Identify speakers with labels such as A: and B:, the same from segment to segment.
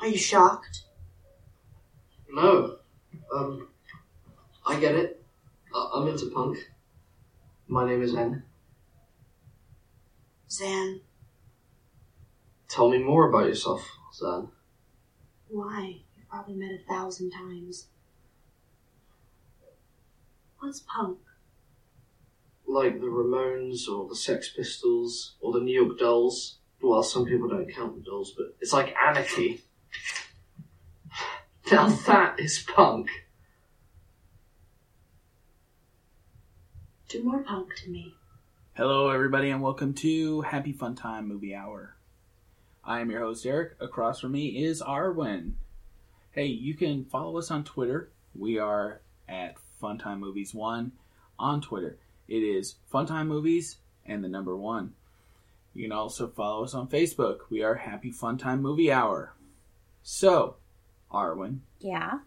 A: Are you shocked?
B: No. Um, I get it. I- I'm into punk. My name is N.
A: Zan,
B: Tell me more about yourself, Zan.
A: why? You've probably met a thousand times. What's punk?
B: Like the Ramones or the Sex Pistols or the New York Dolls. Well, some people don't count the dolls, but it's like anarchy. now that is punk.
A: Do more punk to me.
C: Hello, everybody, and welcome to Happy Fun Time Movie Hour. I am your host, Eric. Across from me is Arwen. Hey, you can follow us on Twitter. We are at Funtime Movies 1 on Twitter. It is Funtime Movies and the number 1. You can also follow us on Facebook. We are Happy Fun Time Movie Hour. So, Arwen,
D: Yeah.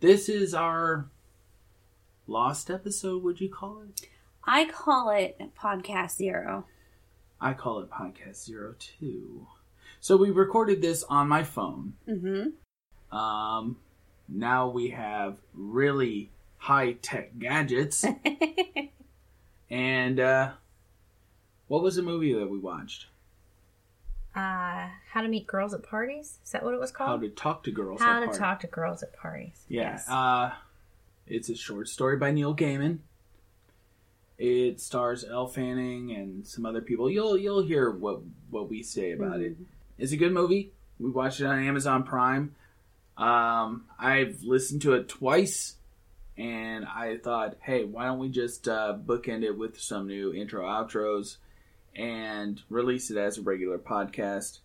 C: this is our lost episode, would you call it?
D: I call it podcast zero.
C: I call it Podcast Zero Two. So we recorded this on my phone.
D: Mm-hmm.
C: Um, now we have really high tech gadgets. and uh, what was the movie that we watched?
E: uh, how to meet girls at parties. Is that what it was
C: How
E: called?
C: to Talk to Girls.
E: How
C: at
E: to
C: Party.
E: talk to girls at parties.
C: Yeah.
E: Yes.
C: Uh, it's a short story by Neil Gaiman. It stars Elle Fanning and some other people. You'll you'll hear what what we say about
E: Mm-hmm.
C: it. It's a good movie. We watched it on Amazon Prime. Um, I've listened to it twice, and I thought, hey, why don't we just uh, bookend it with some new intro outros and release it as a regular podcast?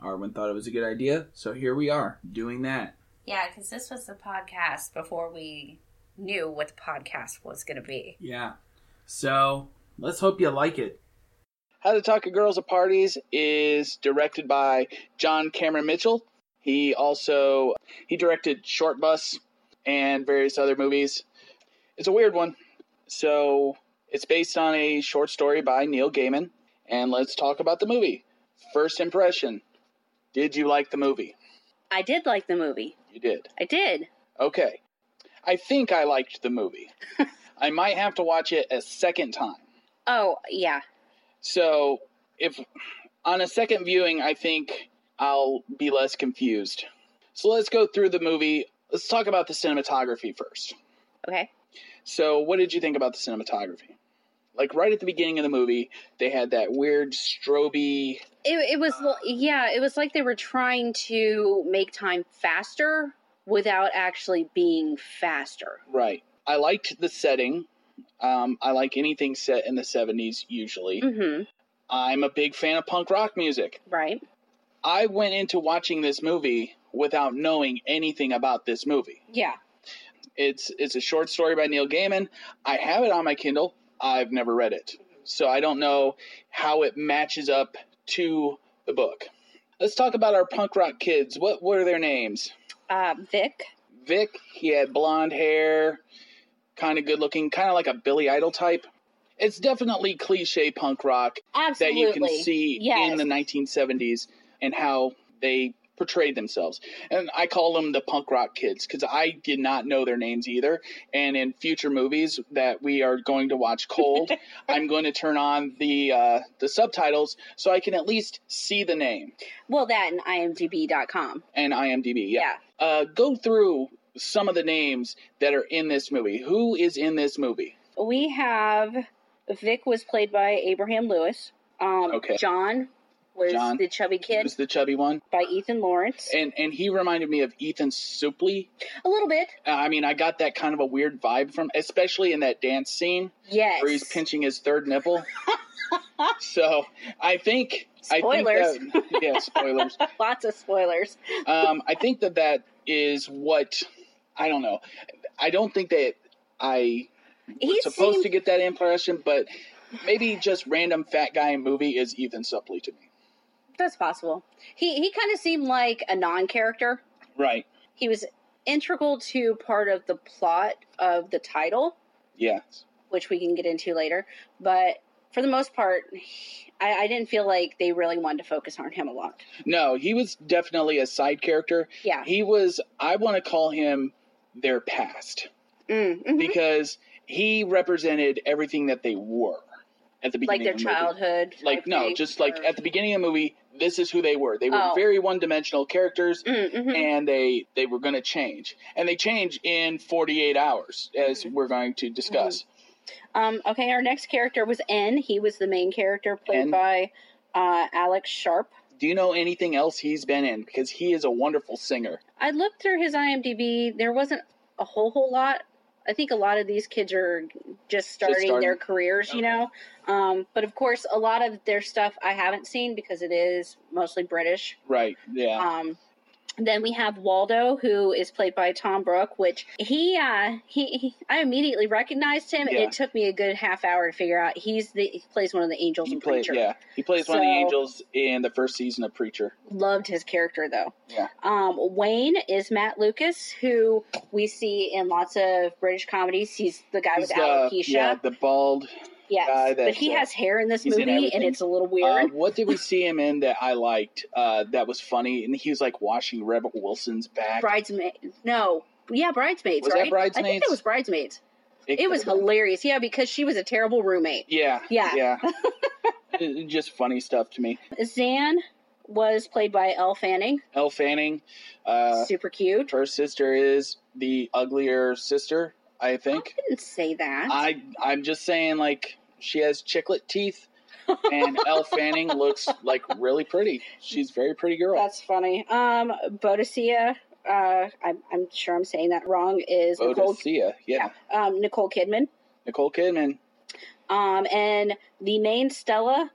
C: Arwen thought it was a good idea, so here we are doing that.
D: Yeah, because this was the podcast before we knew what the podcast was going to be.
C: Yeah. So let's hope you like it.
F: How to Talk to Girls at Parties is directed by John Cameron Mitchell. He also he directed Short Bus and various other movies. It's a weird one. So it's based on a short story by Neil Gaiman. And let's talk about the movie. First impression. Did you like the movie?
G: I did like the movie.
F: You did.
G: I did.
F: Okay. I think I liked the movie. I might have to watch it a second time.
G: Oh, yeah.
F: So, if on a second viewing, I think I'll be less confused. So, let's go through the movie. Let's talk about the cinematography first.
G: Okay.
F: So, what did you think about the cinematography? Like, right at the beginning of the movie, they had that weird stroby.
G: It, it was, l- yeah, it was like they were trying to make time faster without actually being faster.
F: Right. I liked the setting. Um, I like anything set in the 70s usually.
G: Mm
F: I'm a big fan of punk rock music.
G: hmm. Right.
F: I went into watching this movie without knowing anything about this movie.
G: Yeah.
F: It's it's a short story by Neil Gaiman. I have it on my Kindle. I've never read it, so I don't know how it matches up to the book. Let's talk about our punk rock kids. What were their names?
G: Uh, Vic.
F: Vic. He had blonde hair, kind of good looking, kind of like a Billy Idol type. It's definitely cliche punk rock that
G: Absolutely.
F: you can see
G: Yes.
F: in the 1970s and how they portrayed themselves. And I call them the punk rock kids because I did not know their names either. And in future movies that we are going to watch cold, I'm going to turn on the uh, the subtitles so I can at least see the name
G: Well, that and IMDb.com.
F: and IMDb. Yeah.
G: Yeah.
F: Uh, go through some of the names that are in this movie. Who is in this movie?
G: We have Vic was played by Abraham Lewis. Um,
F: Okay.
G: John was
F: John.
G: the chubby kid
F: Who's the chubby one?
G: by Ethan Lawrence.
F: And and he reminded me of Ethan Supley
G: A little bit.
F: Uh, I mean, I got that kind of a weird vibe from, especially in that dance scene
G: Yes.
F: where he's pinching his third nipple. so I think I
G: Spoilers.
F: think that, yeah, spoilers.
G: Lots of spoilers.
F: Um, I think that that is what I don't know. I don't think that I was
G: He
F: supposed
G: seemed-
F: to get that impression, but maybe just random fat guy in movie is Ethan Suplee to me.
G: That's possible. He he kind of seemed like a non-character.
F: Right?
G: He was integral to part of the plot of the title,
F: Yeah.
G: which we can get into later, but
H: for the most part, I, I didn't feel like they really wanted to focus on him a lot.
F: No, he was definitely a side character.
H: Yeah.
F: He was, I want to call him their past
H: Mm, mhm.
F: because he represented everything that they were at the
H: Like
F: beginning
H: their
F: of the movie.
H: childhood.
F: Like, no, just like at the beginning of the movie, this is who they were. They were
H: Oh.
F: very one dimensional characters.
H: Mm-hmm.
F: And they, they were going to change. And they change in 48 hours, as
H: Mm-hmm.
F: we're going to discuss.
H: Um, okay, our next character was N. He was the main character played
F: N.
H: by uh, Alex Sharp.
F: Do you know anything else he's been in? Because he is a wonderful singer.
H: I looked through his IMDb. There wasn't a whole whole lot. I think a lot of these kids are just starting,
F: starting.
H: their careers, you know. Um, but of course, a lot of their stuff I haven't seen because it is mostly British.
F: Right. Yeah.
H: Um, then we have Waldo, who is played by Tom Brooke, which he, uh, he, he I immediately recognized him.
F: Yeah.
H: It took me a good half hour to figure out he's the he plays one of the angels
F: he
H: in
F: plays
H: Preacher.
F: yeah he plays one of the
H: So-
F: angels in the first season of preacher
H: Loved his character though.
F: Yeah.
H: Um, Wayne is Matt Lucas, who we see in lots of British comedies. He's the guy with
F: He's
H: alopecia.
F: yeah the bald
H: yes,
F: guy
H: but
F: that's,
H: he
F: uh,
H: has hair in this
F: he's in
H: movie,
F: everything.
H: and it's a little
F: uh,
H: weird.
F: what did we see him in that i liked uh that was funny and he was like washing rebel wilson's back
H: Bridesmaid? No, yeah, bridesmaids.
F: Was that
H: right? I think
F: Bridesmaids?
H: it was bridesmaids. It, was
F: could've been.
H: hilarious. Yeah, because she was a terrible roommate.
F: yeah
H: Yeah.
F: yeah It- it just funny stuff to me
H: Zan was played by Elle Fanning.
F: elle fanning uh
H: Super cute.
F: her sister is the uglier sister i think
H: I didn't say that.
F: i i'm just saying like she has chiclet teeth and Elle Fanning looks like really pretty. She's a very pretty girl.
H: That's funny. Um, Bodicea, uh, I'm, I'm sure I'm saying that wrong, is Nicole,
F: Bodicea, yeah.
H: um, Nicole Kidman.
F: Nicole Kidman.
H: Um, and the main Stella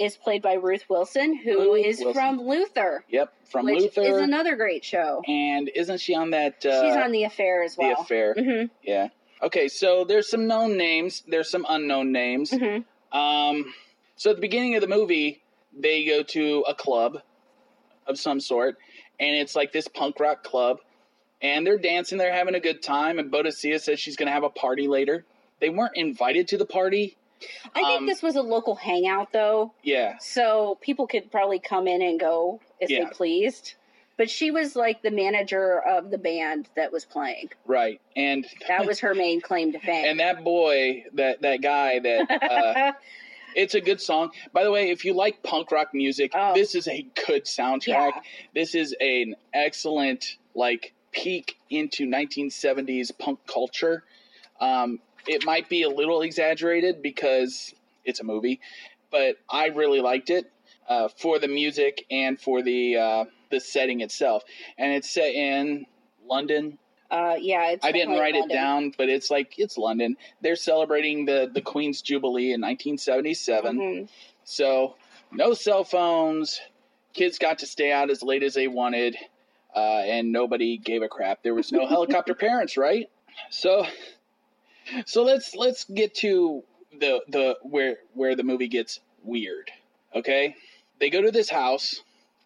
H: is played by Ruth Wilson, who
F: Ruth
H: is
F: Wilson.
H: from Luther,
F: Yep, from
H: which
F: Luther.
H: is another great show.
F: and isn't she on that? Uh,
H: She's on The Affair as
F: The
H: well.
F: affair.
H: Mm-hmm,
F: Yeah. Okay, so there's some known names. There's some unknown names.
H: mm-hmm.
F: Um, so at the beginning of the movie, they go to a club of some sort, and it's like this punk rock club, and they're dancing, they're having a good time, and Bodicea says she's going to have a party later. They weren't invited to the party.
H: I think
F: Um,
H: this was a local hangout, though,
F: Yeah.
H: so people could probably come in and go if
F: Yeah.
H: they pleased. But she was like the manager of the band that was playing.
F: Right. And
H: That was her main claim to fame.
F: and that boy, that that guy that uh It's a good song. By the way, if you like punk rock music,
H: Oh.
F: this is a good soundtrack.
H: Yeah.
F: This is an excellent like peek into 1970s punk culture. Um, it might be a little exaggerated because it's a movie, but I really liked it uh, for the music and for the uh, the setting itself. And it's set in London.
H: Uh, yeah, it's
F: I didn't
H: definitely
F: write it
H: London.
F: down, but it's like it's London. They're celebrating the the Queen's Jubilee in 1977.
H: Mhm.
F: So, no cell phones. Kids got to stay out as late as they wanted, uh, and nobody gave a crap. There was no helicopter parents, right? So, so let's let's get to the the where where the movie gets weird. Okay, they go to this house,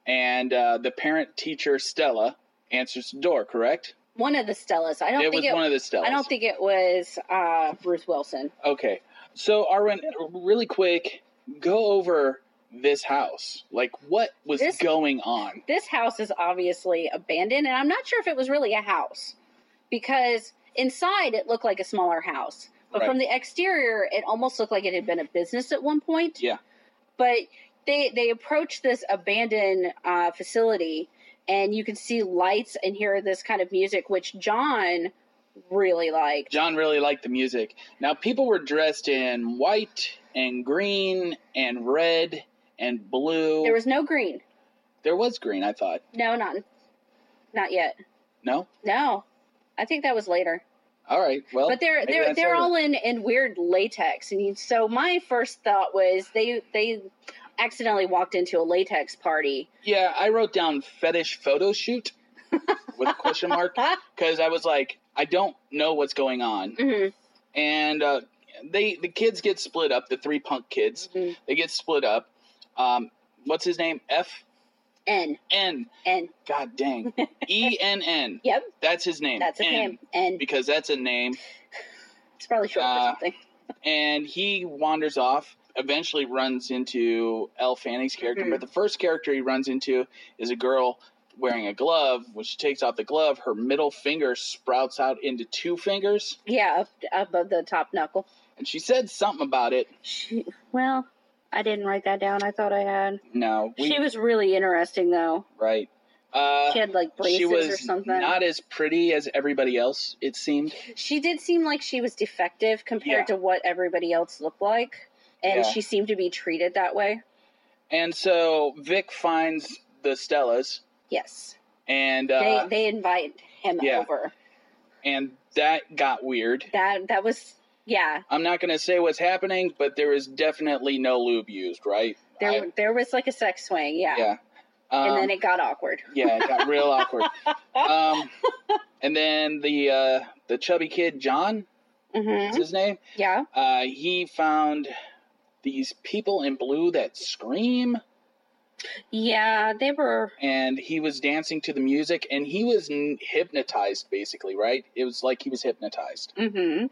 F: and uh, the parent teacher Stella answers the door. Correct?
H: One of the Stellas. I don't
F: It was
H: think it.
F: one of the Stellas.
H: I don't think it was uh, Bruce Wilson.
F: Okay. So Arwen, really quick, go over this house. Like what was
H: This-
F: going on?
H: This house is obviously abandoned, and I'm not sure if it was really a house because inside it looked like a smaller house, but
F: Right.
H: from the exterior, it almost looked like it had been a business at one point.
F: Yeah.
H: but they they approach this abandoned uh, facility, and you can see lights and hear this kind of music, which John really liked.
F: John really liked the music. Now people were dressed in white and green and red and blue.
H: There was no green.
F: There was green, I thought.
H: No, not not yet.
F: No?
H: No, I think that was later.
F: All right. Well,
H: but they're
F: Oh, maybe
H: they're
F: that's
H: they're
F: over.
H: all in in weird latex, and you- so my first thought was they they accidentally walked into a latex party.
F: Yeah, I wrote down fetish photo shoot with a question mark
H: Huh?
F: cuz I was like I don't know what's going on.
H: Mhm.
F: and uh, they the kids get split up. The three punk kids
H: Mhm.
F: they get split up. Um, what's his name? F
H: N
F: N.
H: N.
F: God dang. E N N.
H: Yep,
F: That's his name.
H: that's his
F: N.
H: name. N.
F: Because that's a name.
H: It's probably short
F: Uh,
H: for something.
F: And he wanders off. eventually runs into Elle Fanning's character,
H: Mhm.
F: but the first character he runs into is a girl wearing a glove. When she takes off the glove, her middle finger sprouts out into two fingers,
H: Yeah, up above the top knuckle.
F: and she said something about it.
H: She, well, I didn't write that down. I thought I had.
F: No, we
H: she was really interesting though.
F: right. Uh,
H: She had like braces
F: she
H: or
F: was
H: something.
F: not as pretty as everybody else. It seemed.
H: she did seem like she was defective compared
F: Yeah.
H: to what everybody else looked like, and
F: Yeah.
H: she seemed to be treated that way.
F: And so Vic finds the Stellas,
H: Yes,
F: and uh,
H: they they invite him
F: yeah.
H: over.
F: and that got weird.
H: That that was yeah.
F: I'm not going to say what's happening, but there is definitely no lube used, right?
H: There
F: I-
H: there was like a sex swing. Yeah,
F: yeah. Um,
H: and then it got awkward.
F: yeah, it got real awkward. Um, and then the uh, the chubby kid John is
H: hmm
F: his name.
H: Yeah,
F: Uh, he found these people in blue that scream,
H: yeah, they were.
F: and he was dancing to the music, and he was n- hypnotized, basically, right? It was like he was hypnotized.
H: hmm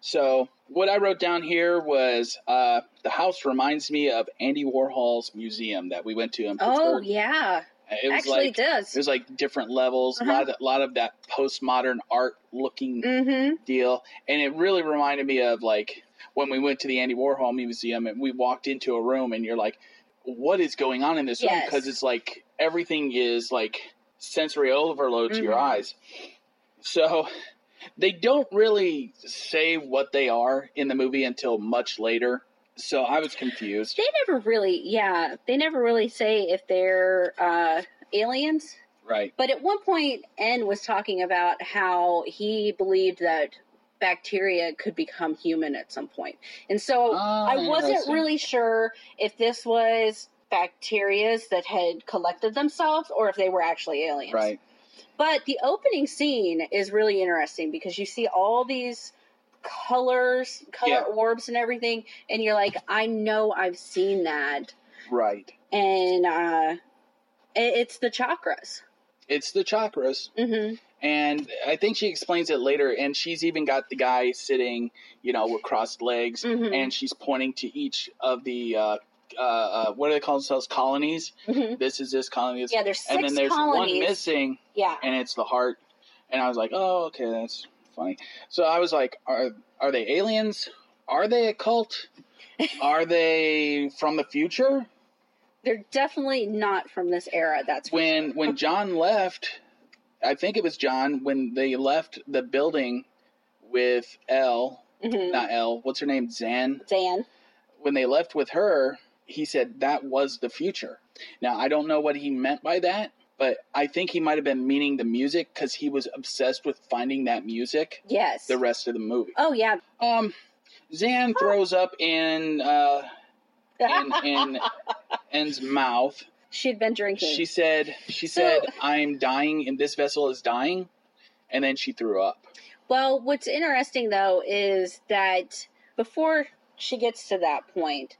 F: So what I wrote down here was uh, the house reminds me of Andy Warhol's museum that we went to in Pittsburgh.
H: Oh yeah,
F: It was
H: actually
F: like
H: it does.
F: it was like different levels, a
H: Uh-huh.
F: lot of, lot of that postmodern art looking
H: mm-hmm.
F: deal, and it really reminded me of like when we went to the Andy Warhol museum and we walked into a room and you're like, what is going on in this room?
H: Yes.
F: Because it's like everything is like sensory overload to your
H: Mhm.
F: eyes. So they don't really say what they are in the movie until much later. So I was confused.
H: They never really, yeah, they never really say if they're uh, aliens.
F: Right.
H: But at one point, N was talking about how he believed that bacteria could become human at some point. And so Oh, I
F: Ah,
H: wasn't really sure if this was bacterias that had collected themselves or if they were actually aliens.
F: Right.
H: But the opening scene is really interesting because you see all these colors, color
F: Yeah.
H: orbs and everything, and you're like, I know I've seen that.
F: Right.
H: And uh it- it's the chakras.
F: It's the chakras.
H: hmm
F: And I think she explains it later. And she's even got the guy sitting, you know, with crossed legs.
H: Mhm.
F: And she's pointing to each of the, uh, uh, uh, what do they call themselves? Colonies.
H: hmm
F: This is this colony. this-
H: Yeah, there's six
F: and then there's one
H: colonies.
F: missing.
H: Yeah.
F: and it's the heart. And I was like, oh, okay, that's funny. So I was like, are are they aliens? Are they a cult? Are they from the future?
H: They're definitely not from this era, that's for
F: When
H: sure.
F: when John left, I think it was John when they left the building with Elle,
H: Mhm.
F: not Elle. What's her name? Zan.
H: Dan.
F: When they left with her, he said that was the future. Now I don't know what he meant by that, but I think he might have been meaning the music because he was obsessed with finding that music.
H: Yes.
F: the rest of the movie.
H: oh yeah.
F: Um, Zan throws up in uh, in in N's mouth.
H: She'd been drinking.
F: She said, "She
H: So-
F: said I'm dying, and this vessel is dying," and then she threw up.
H: Well, what's interesting though is that before she gets to that point,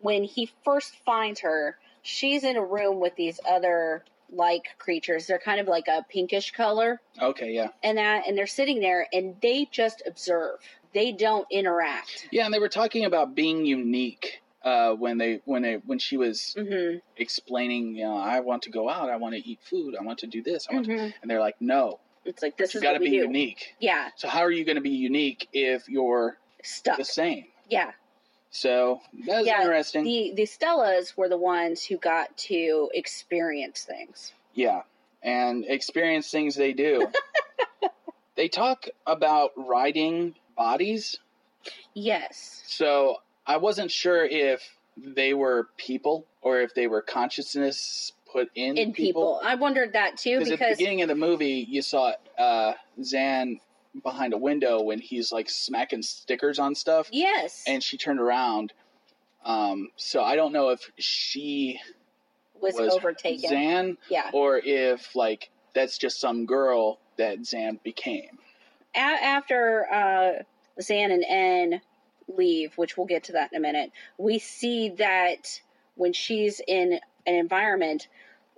H: when he first finds her, she's in a room with these other like creatures. They're kind of like a pinkish color
F: Okay, yeah,
H: and that and they're sitting there and they just observe. They don't interact.
F: yeah. And they were talking about being unique uh, when they when they when she was
H: Mhm.
F: explaining, you know, I want to go out, I want to eat food, I want to do this, I want
H: Mhm.
F: to, and they're like, no,
H: It's like this
F: you
H: is
F: got to
H: what
F: be
H: we do.
F: unique.
H: Yeah,
F: So how are you going to be unique if you're
H: stuck.
F: the same?
H: Yeah.
F: So that was
H: Yeah,
F: interesting.
H: The the Stellas were the ones who got to experience things.
F: Yeah, and experience things they do. they talk about riding bodies,
H: Yes.
F: so I wasn't sure if they were people or if they were consciousness put in,
H: in people. I wondered that too
F: Because at the
H: because
F: beginning of the movie, you saw uh, Zan behind a window when he's like smacking stickers on stuff,
H: yes,
F: and she turned around. Um, so I don't know if she
H: was,
F: was
H: overtaken.
F: Zan
H: yeah,
F: or if like that's just some girl that Zan became.
H: a- after uh, Zan and N leave, which we'll get to that in a minute, we see that when she's in an environment,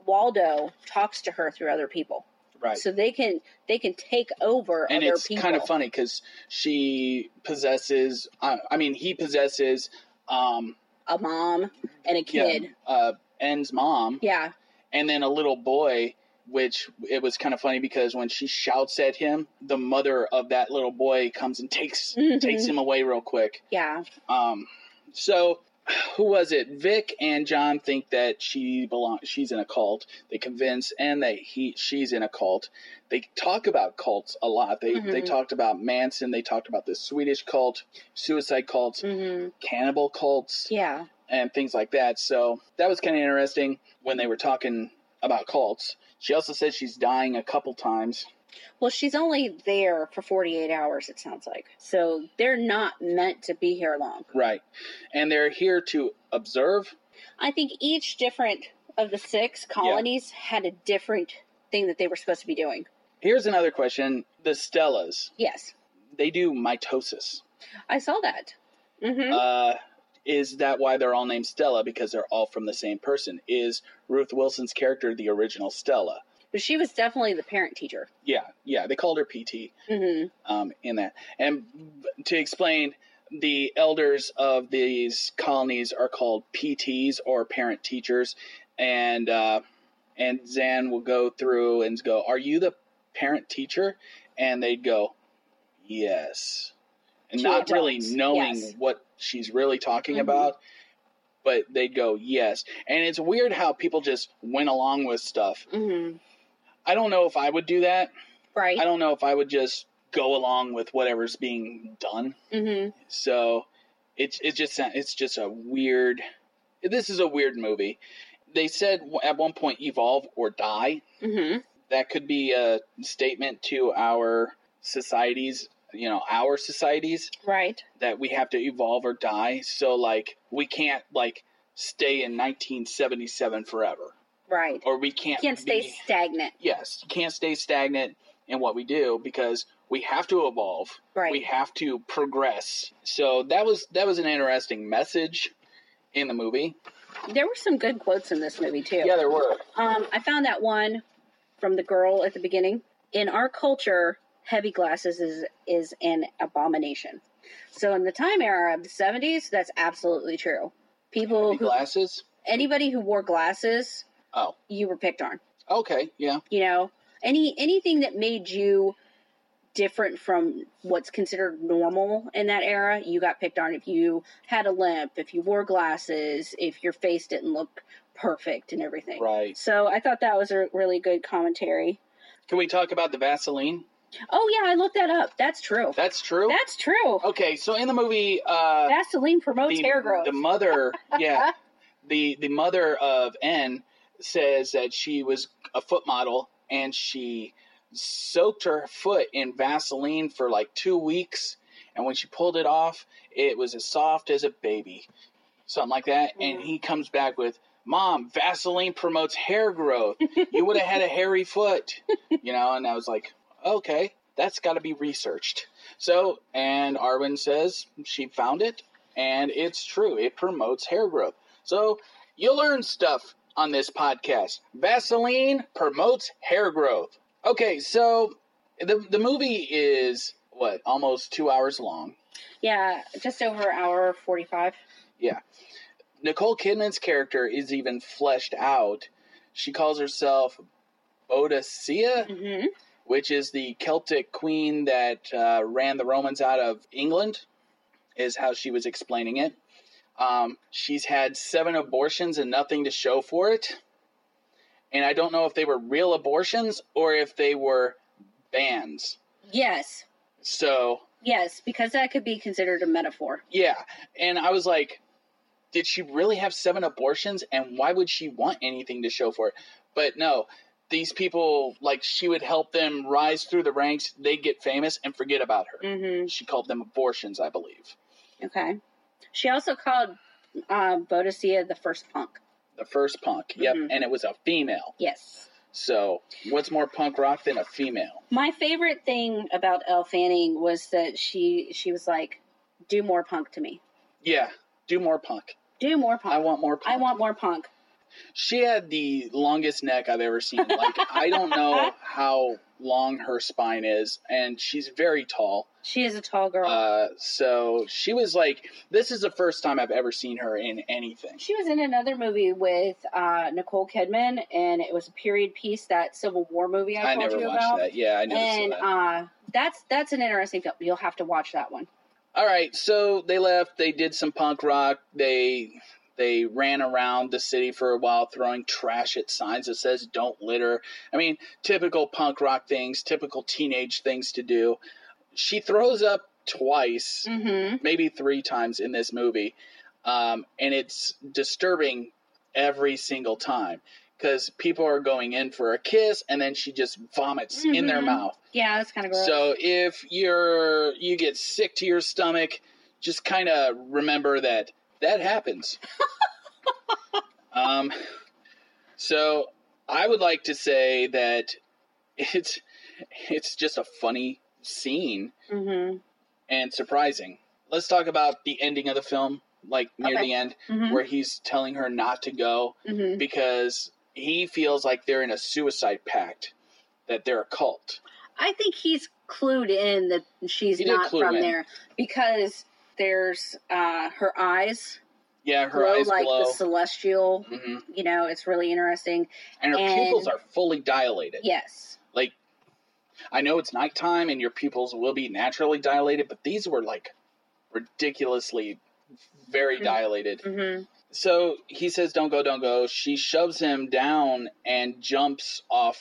H: Waldo talks to her through other people,
F: Right.
H: so they can they can take over
F: and
H: other
F: it's
H: people.
F: kind of funny because she possesses. I, I mean, he possesses um,
H: a mom and a kid.
F: uh, N's mom,
H: Yeah.
F: and then a little boy, which it was kind of funny because when she shouts at him, the mother of that little boy comes and takes
H: Mhm.
F: takes him away real quick.
H: Yeah.
F: Um, so who was it? Vic and John think that she belong. She's in a cult. They convince and that he she's in a cult. They talk about cults a lot. They they
H: Mhm.
F: talked about Manson. They talked about the Swedish cult, suicide cults,
H: hmm
F: cannibal cults,
H: Yeah.
F: and things like that. So that was kind of interesting when they were talking about cults. She also said she's dying a couple times.
H: Well, she's only there for 48 hours, it sounds like. So they're not meant to be here long.
F: Right, and they're here to observe.
H: I think each different of the six colonies had a different thing that they were supposed to be doing.
F: Here's another question: The Stellas,
H: Yes.
F: they do mitosis.
H: I saw that. hmm
F: Uh, is that why they're all named Stella? Because they're all from the same person. Is Ruth Wilson's character the original Stella?
H: but she was definitely the parent teacher.
F: Yeah, yeah. They called her PT
H: hmm
F: um, in that. And to explain, the elders of these colonies are called PTs or parent teachers, and uh, and Zan will go through and go, "Are you the parent teacher?" And they'd go, "Yes," and
H: To
F: not really
H: adults,
F: knowing
H: yes.
F: what she's really talking
H: Mhm.
F: about. But they'd go, yes. And it's weird how people just went along with stuff.
H: hmm
F: I don't know if I would do that.
H: Right.
F: Mm-hmm. I don't know if I would just go along with whatever's being done.
H: hmm
F: So it's it's just it's just a weird. This is a weird movie. They said at one point evolve or die.
H: hmm
F: That could be a statement to our societies. You know, our societies
H: Right.
F: that we have to evolve or die. So like we can't like stay in 1977 forever,
H: Right.
F: or Oh, we can't
H: Can't stay
F: be-
H: stagnant.
F: yes, you can't stay stagnant in what we do because we have to evolve.
H: Right.
F: We have to progress. So that was that was an interesting message in the movie.
H: There were some good quotes in this movie, too.
F: Yeah, there were.
H: Um, I found that one from the girl at the beginning. In our culture, heavy glasses is is an abomination. So in the time era of the seventies, that's absolutely true. People,
F: Heavy
H: who,
F: glasses.
H: anybody who wore glasses,
F: Oh.
H: you were picked on.
F: Okay, yeah.
H: You know, any anything that made you different from what's considered normal in that era, you got picked on. If you had a limp, if you wore glasses, if your face didn't look perfect, and everything.
F: Right.
H: So I thought that was a really good commentary.
F: Can we talk about the Vaseline?
H: Oh yeah, I looked that up. That's true.
F: That's true.
H: That's true.
F: Okay, so in the movie uh
H: Vaseline promotes
F: the,
H: hair growth.
F: the mother, yeah, the the mother of N says that she was a foot model and she soaked her foot in Vaseline for like two weeks, and when she pulled it off, it was as soft as a baby, something like that. And he
H: Mm-hmm.
F: comes back with. Mom, Vaseline promotes hair growth. You would have had a hairy foot, you know. And I was like, okay, that's got to be researched. So, and Arwen says she found it, and it's true. It promotes hair growth. So you learn stuff on this podcast. Vaseline promotes hair growth. Okay, so the the movie is what almost two hours long.
H: yeah, just over hour forty-five.
F: Nicole Kidman's character is even fleshed out. She calls herself Boadicea,
H: Mm-hmm.
F: which is the Celtic queen that uh, ran the Romans out of England, is how she was explaining it. Um, she's had seven abortions and nothing to show for it. And I don't know if they were real abortions or if they were bans.
H: Yes,
F: So,
H: yes, because that could be considered a metaphor.
F: yeah. And I was like, did she really have seven abortions? And why would she want anything to show for it? But no, these people, like, she would help them rise through the ranks. They get famous and forget about her.
H: Mm-hmm.
F: She called them abortions, I believe.
H: Okay. She also called uh, Boadicea the first punk.
F: The first punk. Yep.
H: Mhm.
F: And it was a female.
H: Yes.
F: So, what's more punk rock than a female?
H: My favorite thing about Elle Fanning was that she she was like, "Do more punk to me.
F: Yeah, do more punk.
H: Do more
F: I
H: punk.
F: want more punk.
H: I want more punk."
F: She had the longest neck I've ever seen. Like I don't know how long her spine is, and she's very tall.
H: She is a tall girl.
F: Uh, so she was like, this is the first time I've ever seen her in anything.
H: she was in another movie with uh, Nicole Kidman, and it was a period piece, that Civil War movie I,
F: I
H: told
F: never
H: you
F: watched
H: about.
F: that. Yeah, I never
H: and
F: saw that.
H: uh, that's that's an interesting film. You'll have to watch that one.
F: All right, so they left. They did some punk rock. They they ran around the city for a while, throwing trash at signs that says "Don't litter." I mean, typical punk rock things, typical teenage things to do. She throws up twice,
H: Mm-hmm.
F: maybe three times in this movie, um, and it's disturbing every single time because people are going in for a kiss, and then she just vomits in their
H: Mhm.
F: mouth.
H: Yeah, that's kind of gross.
F: So if you're you get sick to your stomach, just kind of remember that that happens. um, so I would like to say that it's it's just a funny scene
H: mm-hmm.
F: and surprising. Let's talk about the ending of the film, like near
H: Okay.
F: the end,
H: Mm-hmm.
F: where he's telling her not to go
H: Mm-hmm.
F: because he feels like they're in a suicide pact, that they're a cult.
H: I think he's clued in that she's
F: He did
H: not
F: clue
H: from
F: in.
H: there because there's uh, her eyes
F: Yeah, her
H: glow
F: eyes
H: like
F: glow,
H: the celestial.
F: hmm
H: You know, it's really interesting.
F: and her
H: and-
F: pupils are fully dilated.
H: Yes.
F: I know it's nighttime, and your pupils will be naturally dilated, but these were like ridiculously very
H: Mhm.
F: dilated.
H: Mm-hmm.
F: So he says, "Don't go, don't go." She shoves him down and jumps off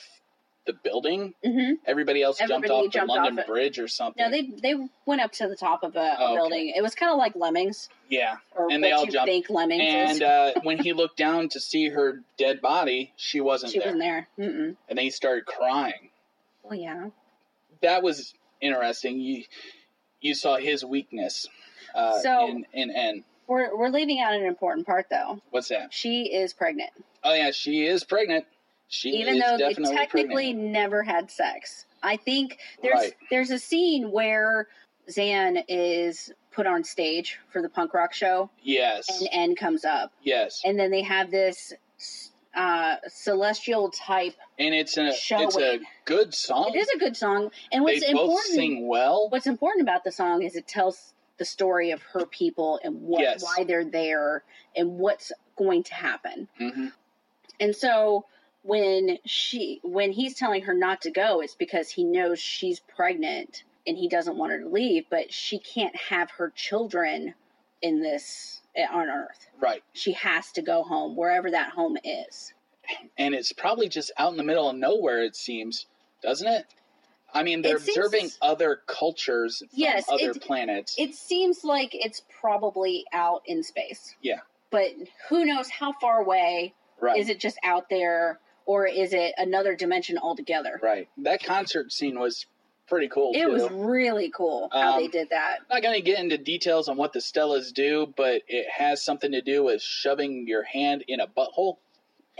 F: the building.
H: Mm-hmm.
F: Everybody else jumped
H: Everybody
F: off
H: jumped
F: the London
H: off it.
F: Bridge or something.
H: No, they they went up to the top of a, a
F: Oh, okay.
H: building. It was kind of like lemmings,
F: yeah,
H: or
F: And
H: what
F: they all
H: you
F: jumped.
H: think lemmings
F: and
H: is.
F: uh, when he looked down to see her dead body, she wasn't
H: She
F: there,
H: wasn't there. Mm-mm.
F: and then he started crying.
H: Well, yeah.
F: that was interesting. You you saw his weakness uh,
H: So-
F: in in N.
H: We're we're leaving out an important part though.
F: What's that?
H: She is pregnant,
F: Oh yeah, she is pregnant. She
H: even
F: is
H: though they
F: definitely
H: technically
F: pregnant.
H: never had sex. I think there's
F: Right.
H: there's a scene where Zan is put on stage for the punk rock show,
F: Yes,
H: and N comes up,
F: yes,
H: and then they have this uh, celestial type.
F: and it's a
H: Show
F: it's a
H: it.
F: good song.
H: It is a good song, and
F: Oh. they
H: what's
F: both
H: important
F: sing well.
H: what's important about the song is it tells the story of her people and what
F: Yes.
H: why they're there and what's going to happen.
F: Mhm.
H: And so when she when he's telling her not to go, it's because he knows she's pregnant and he doesn't want her to leave, but she can't have her children in this on earth.
F: Right,
H: She has to go home wherever that home is.
F: and it's probably just out in the middle of nowhere. It seems, doesn't it? I mean, they're
H: It seems-
F: observing other cultures from
H: Yes,
F: other
H: it-
F: planets.
H: It seems like it's probably out in space.
F: Yeah.
H: But who knows how far away
F: right,
H: Is it just out there, or is it another dimension altogether?
F: right. That concert scene was pretty cool.
H: It
F: too.
H: was really cool how
F: Um,
H: they did that.
F: not going to get into details on what the Stellas do, but it has something to do with shoving your hand in a butthole.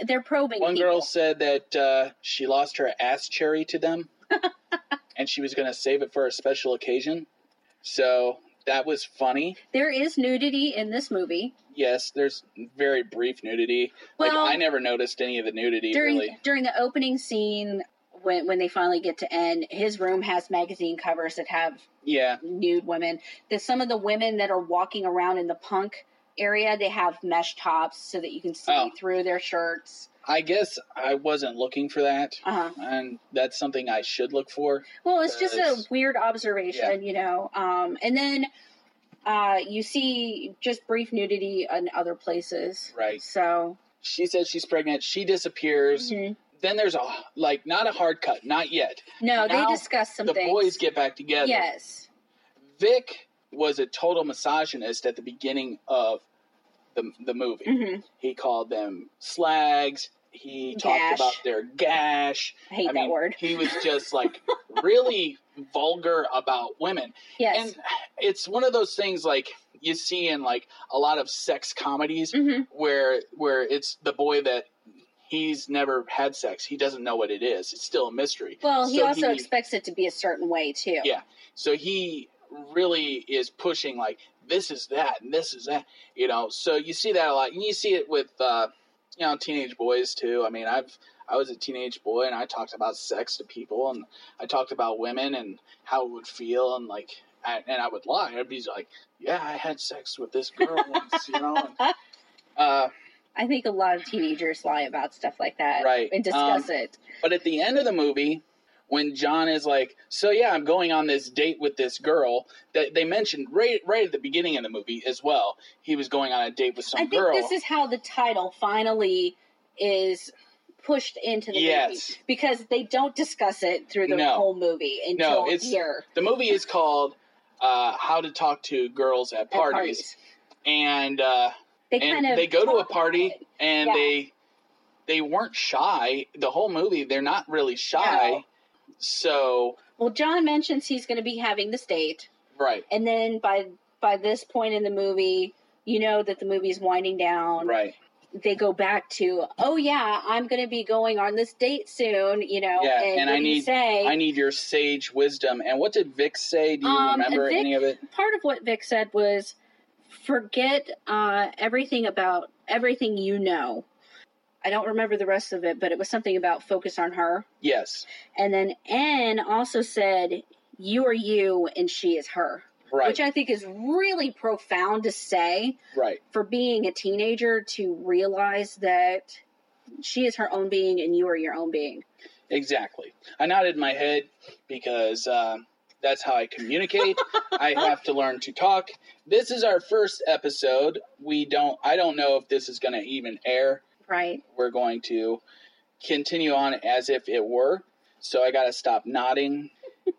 H: They're probing.
F: One
H: people.
F: girl said that uh, she lost her ass cherry to them, and she was going to save it for a special occasion. So that was funny.
H: There is nudity in this movie.
F: Yes, there's very brief nudity.
H: Well,
F: like I never noticed any of the nudity
H: during
F: really.
H: during the opening scene, when when they finally get to end, his room has magazine covers that have
F: Yeah,
H: nude women. There's some of the women that are walking around in the punk area. They have mesh tops so that you can see
F: Oh.
H: through their shirts.
F: I guess I wasn't looking for that,
H: Uh huh.
F: and that's something I should look for.
H: Well, it's just a
F: Because-
H: weird observation,
F: Yeah.
H: you know. Um, and then uh, you see just brief nudity in other places.
F: Right.
H: So, mm-hmm.
F: She says she's pregnant. She disappears. Then there's a like not a hard cut, not yet.
H: no, they
F: Now
H: discuss some
F: the
H: things.
F: boys get back together.
H: yes,
F: Vic was a total misogynist at the beginning of the, the movie.
H: Mhm.
F: He called them slags. He
H: Gash.
F: talked about their gash.
H: I hate
F: I
H: that
F: mean,
H: word.
F: he was just like really vulgar about women.
H: Yes,
F: And it's one of those things like you see in like a lot of sex comedies
H: Mhm.
F: where where it's the boy that he's never had sex. He doesn't know what it is. It's still a mystery.
H: well, he
F: So
H: also expects it to be a certain way too.
F: Yeah. so he really is pushing like this is that and this is that you know so you see that a lot and you see it with uh you know, teenage boys too. I mean, I've I was a teenage boy and I talked about sex to people and I talked about women and how it would feel and like I, and I would lie. I'd be like, "Yeah, I had sex with this girl once," you know. And, uh,
H: I think a lot of teenagers lie about stuff like that
F: Right.
H: and discuss
F: Um,
H: it.
F: but at the end of the movie, when John is like, "So yeah, I'm going on this date with this girl," that they mentioned right right at the beginning of the movie as well. He was going on a date with some
H: I think
F: girl.
H: this is how the title finally is pushed into the
F: Yes.
H: movie because they don't discuss it through the
F: No.
H: whole movie until
F: it's-
H: here
F: The movie is called uh, "How to Talk to Girls at
H: at
F: Parties," and uh,
H: They
F: and
H: kind of
F: they go to a
H: talk
F: party
H: about it.
F: and
H: Yeah.
F: they they weren't shy the whole movie. They're not really shy,
H: No.
F: so
H: Well, John mentions he's going to be having this date,
F: right,
H: and then by by this point in the movie, you know that the movie's winding down.
F: right,
H: They go back to, oh yeah, I'm going to be going on this date soon, you know.
F: Yeah,
H: and,
F: and
H: what
F: I
H: do you
F: need-
H: say
F: I need your sage wisdom. And what did Vic say? Do you
H: Um,
F: remember
H: Vic-
F: any of it?
H: part of what Vic said was, forget uh, everything about everything you know. I don't remember the rest of it, but it was something about focus on her.
F: Yes,
H: And then N also said, "You are you, and she is her,"
F: right,
H: which I think is really profound to say
F: right,
H: for being a teenager to realize that she is her own being and you are your own being.
F: exactly. I nodded my head because. um that's how I communicate. I have to learn to talk. This is our first episode. We don't I don't know if this is going to even air.
H: Right.
F: we're going to continue on as if it were. So I got to stop nodding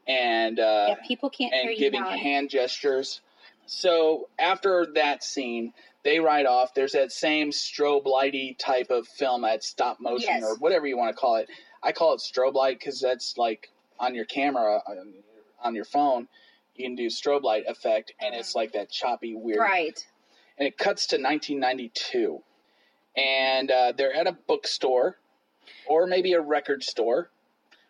F: and uh,
H: yeah. People can't hear
F: and
H: you.
F: giving
H: Now.
F: hand gestures. So after that scene, they ride off. There's that same strobe lighty type of film at stop motion
H: Yes.
F: or whatever you want to call it. I call it strobe light because that's like on your camera on- on your phone. You can do strobe light effect, and it's like that choppy, weird
H: Mm. right.
F: and it cuts to 1992 and uh, they're at a bookstore or maybe a record store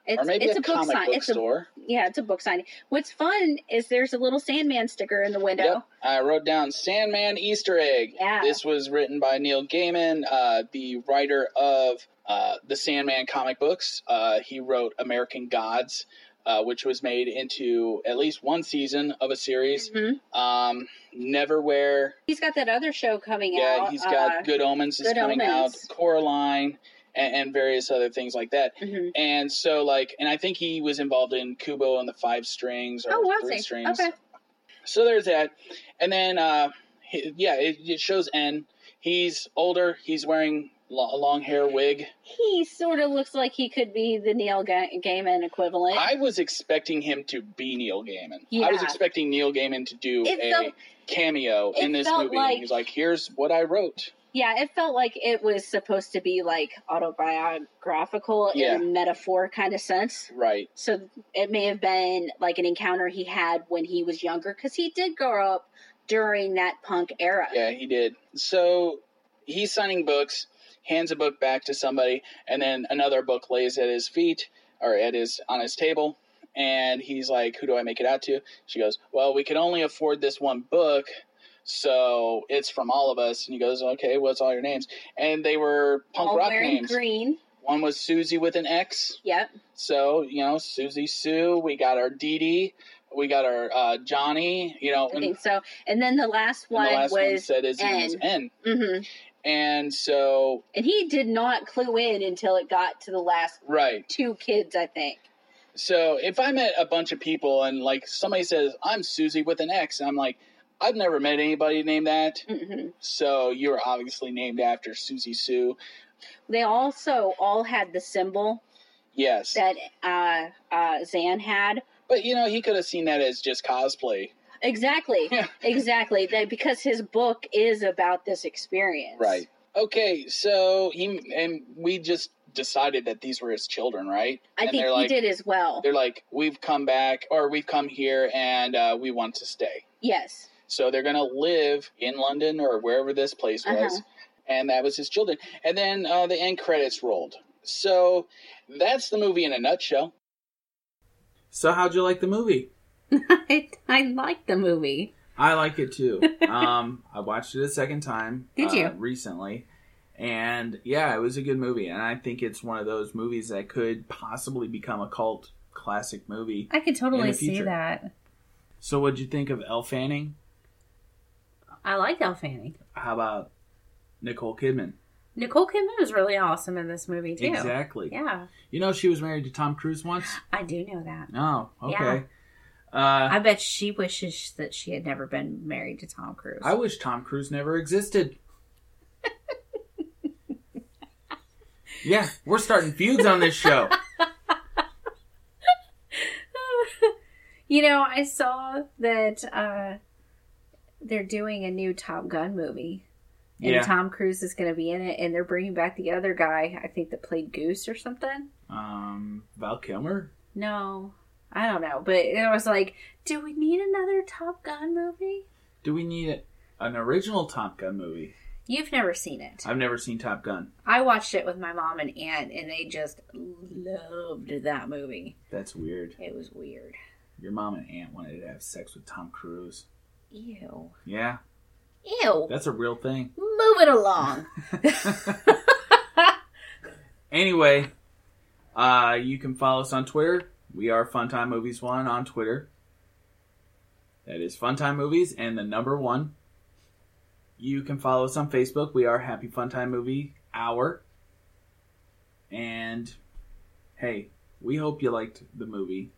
H: It's,
F: or maybe
H: it's
F: a,
H: a, book
F: comic
H: sign.
F: book
H: it's a
F: store
H: yeah, it's a book signing. What's fun is there's a little Sandman sticker in the window.
F: yep i wrote down sandman easter egg
H: Yeah.
F: this was written by neil gaiman uh, the writer of uh, the sandman comic books uh, he wrote american gods uh, which was made into at least one season of a series
H: Mhm.
F: um, neverwhere
H: He's got that other show coming out. uh,
F: Yeah, he's got Good Omens is
H: Good
F: coming
H: Omens.
F: out, Coraline, and, and various other things like that.
H: uh, mhm.
F: And so, like, and I think he was involved in Kubo and the Five Strings or
H: Oh, was
F: Three
H: he?
F: Strings.
H: Okay.
F: So there's that, and then uh, he, yeah, it, it shows N. He's older. He's wearing lo- a long hair wig.
H: He sort of looks like he could be the Neil Ga- Gaiman equivalent.
F: I was expecting him to be Neil Gaiman. I was
H: Yeah.
F: expecting Neil Gaiman to do
H: It
F: a
H: felt-
F: cameo in
H: it
F: this
H: felt
F: movie.
H: like-
F: He's like, "Here's what I wrote."
H: yeah, it felt like it was supposed to be like autobiographical
F: Yeah.
H: in a metaphor kind of sense.
F: Right.
H: So it may have been like an encounter he had when he was younger because he did grow up during that punk era.
F: Yeah, he did. So he's signing books, hands a book back to somebody, and then another book lays at his feet or at his on his table, and he's like, "Who do I make it out to?" She goes, "Well, we can only afford this one book." So it's from all of us, and he goes, "Okay, what's all your names?" And they were punk
H: All
F: rock
H: wearing
F: names.
H: green.
F: One was Susie with an X,
H: Yep.
F: so you know Susie Sue. We got our Dee Dee, we got our uh, Johnny. You know, and,
H: I
F: and
H: think so. And then the last
F: the
H: one
F: last one
H: was,
F: said his name was
H: N.
F: N.
H: mhm.
F: And so,
H: and he did not clue in until it got to the last
F: right.
H: two kids, I think.
F: So, if I met a bunch of people and like somebody says, I'm Susie with an X, and I'm like, I've never met anybody named that.
H: hmm
F: So, you're obviously named after Susie Sue.
H: They also all had the symbol
F: Yes.
H: that uh, uh, Zan had.
F: But, you know, he could have seen that as just cosplay.
H: Exactly,
F: Yeah.
H: exactly. That because his book is about this experience,
F: Right. Okay. So, he and we just decided that these were his children, right?
H: I
F: and
H: think
F: they're
H: he
F: like,
H: did as well.
F: They're like, we've come back or we've come here and uh, we want to stay.
H: Yes,
F: So they're going to live in London or wherever this place was.
H: Uh-huh.
F: And that was his children. And then uh, the end credits rolled. So that's the movie in a nutshell.
C: So, how'd you like the movie?
E: I, I like the movie.
C: I like it too. um, I watched it a second time.
E: Did you?
C: Recently.
F: uh, And yeah, it was a good movie, and I think it's one of those movies that could possibly become a cult classic movie.
I: I could
F: In
I: totally
F: the
I: see
F: future.
I: that.
F: So, what'd you think of Elle Fanning?
G: I liked Elle Fanning.
F: How about Nicole Kidman?
G: Nicole Kidman was really awesome in this movie too.
F: Exactly.
G: Yeah,
F: You know, she was married to Tom Cruise once.
G: I do know that.
F: Oh, okay. Uh,
G: I bet she wishes that she had never been married to Tom Cruise.
F: I wish Tom Cruise never existed. yeah, we're starting feuds on this show.
G: you know, I saw that uh, they're doing a new Top Gun movie, and
F: Yeah.
G: Tom Cruise is going to be in it, and they're bringing back the other guy. I think that played Goose or something.
F: Um, Val Kilmer.
G: No, I don't know, but it was like, do we need another Top Gun movie?
F: Do we need an original Top Gun movie?
G: You've never seen it.
F: I've never seen Top Gun.
G: I watched it with my mom and aunt, and they just loved that movie.
F: That's weird.
G: It was weird.
F: Your mom and aunt wanted to have sex with Tom Cruise.
G: Ew.
F: Yeah,
G: Ew.
F: that's a real thing.
G: Move it along.
F: Anyway, uh, you can follow us on Twitter. We are Funtime Movies One on Twitter. That is Funtime Movies and the number one. You can follow us on Facebook. We are Happy Funtime Movie Hour. And hey, we hope you liked the movie.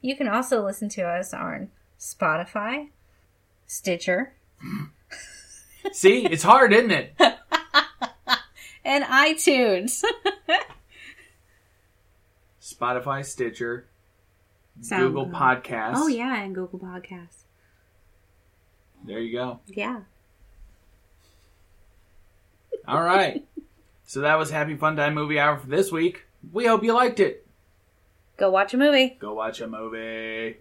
I: You can also listen to us on Spotify, Stitcher,
F: See, it's hard, isn't it?
I: and iTunes.
F: Spotify, Stitcher,
G: Sound
F: Google
G: good.
F: Podcasts.
G: Oh, yeah, and Google Podcasts.
F: There you go.
G: Yeah.
F: All right. so that was Happy Fun Time Movie Hour for this week. We hope you liked it.
I: Go watch a movie.
F: Go watch a movie.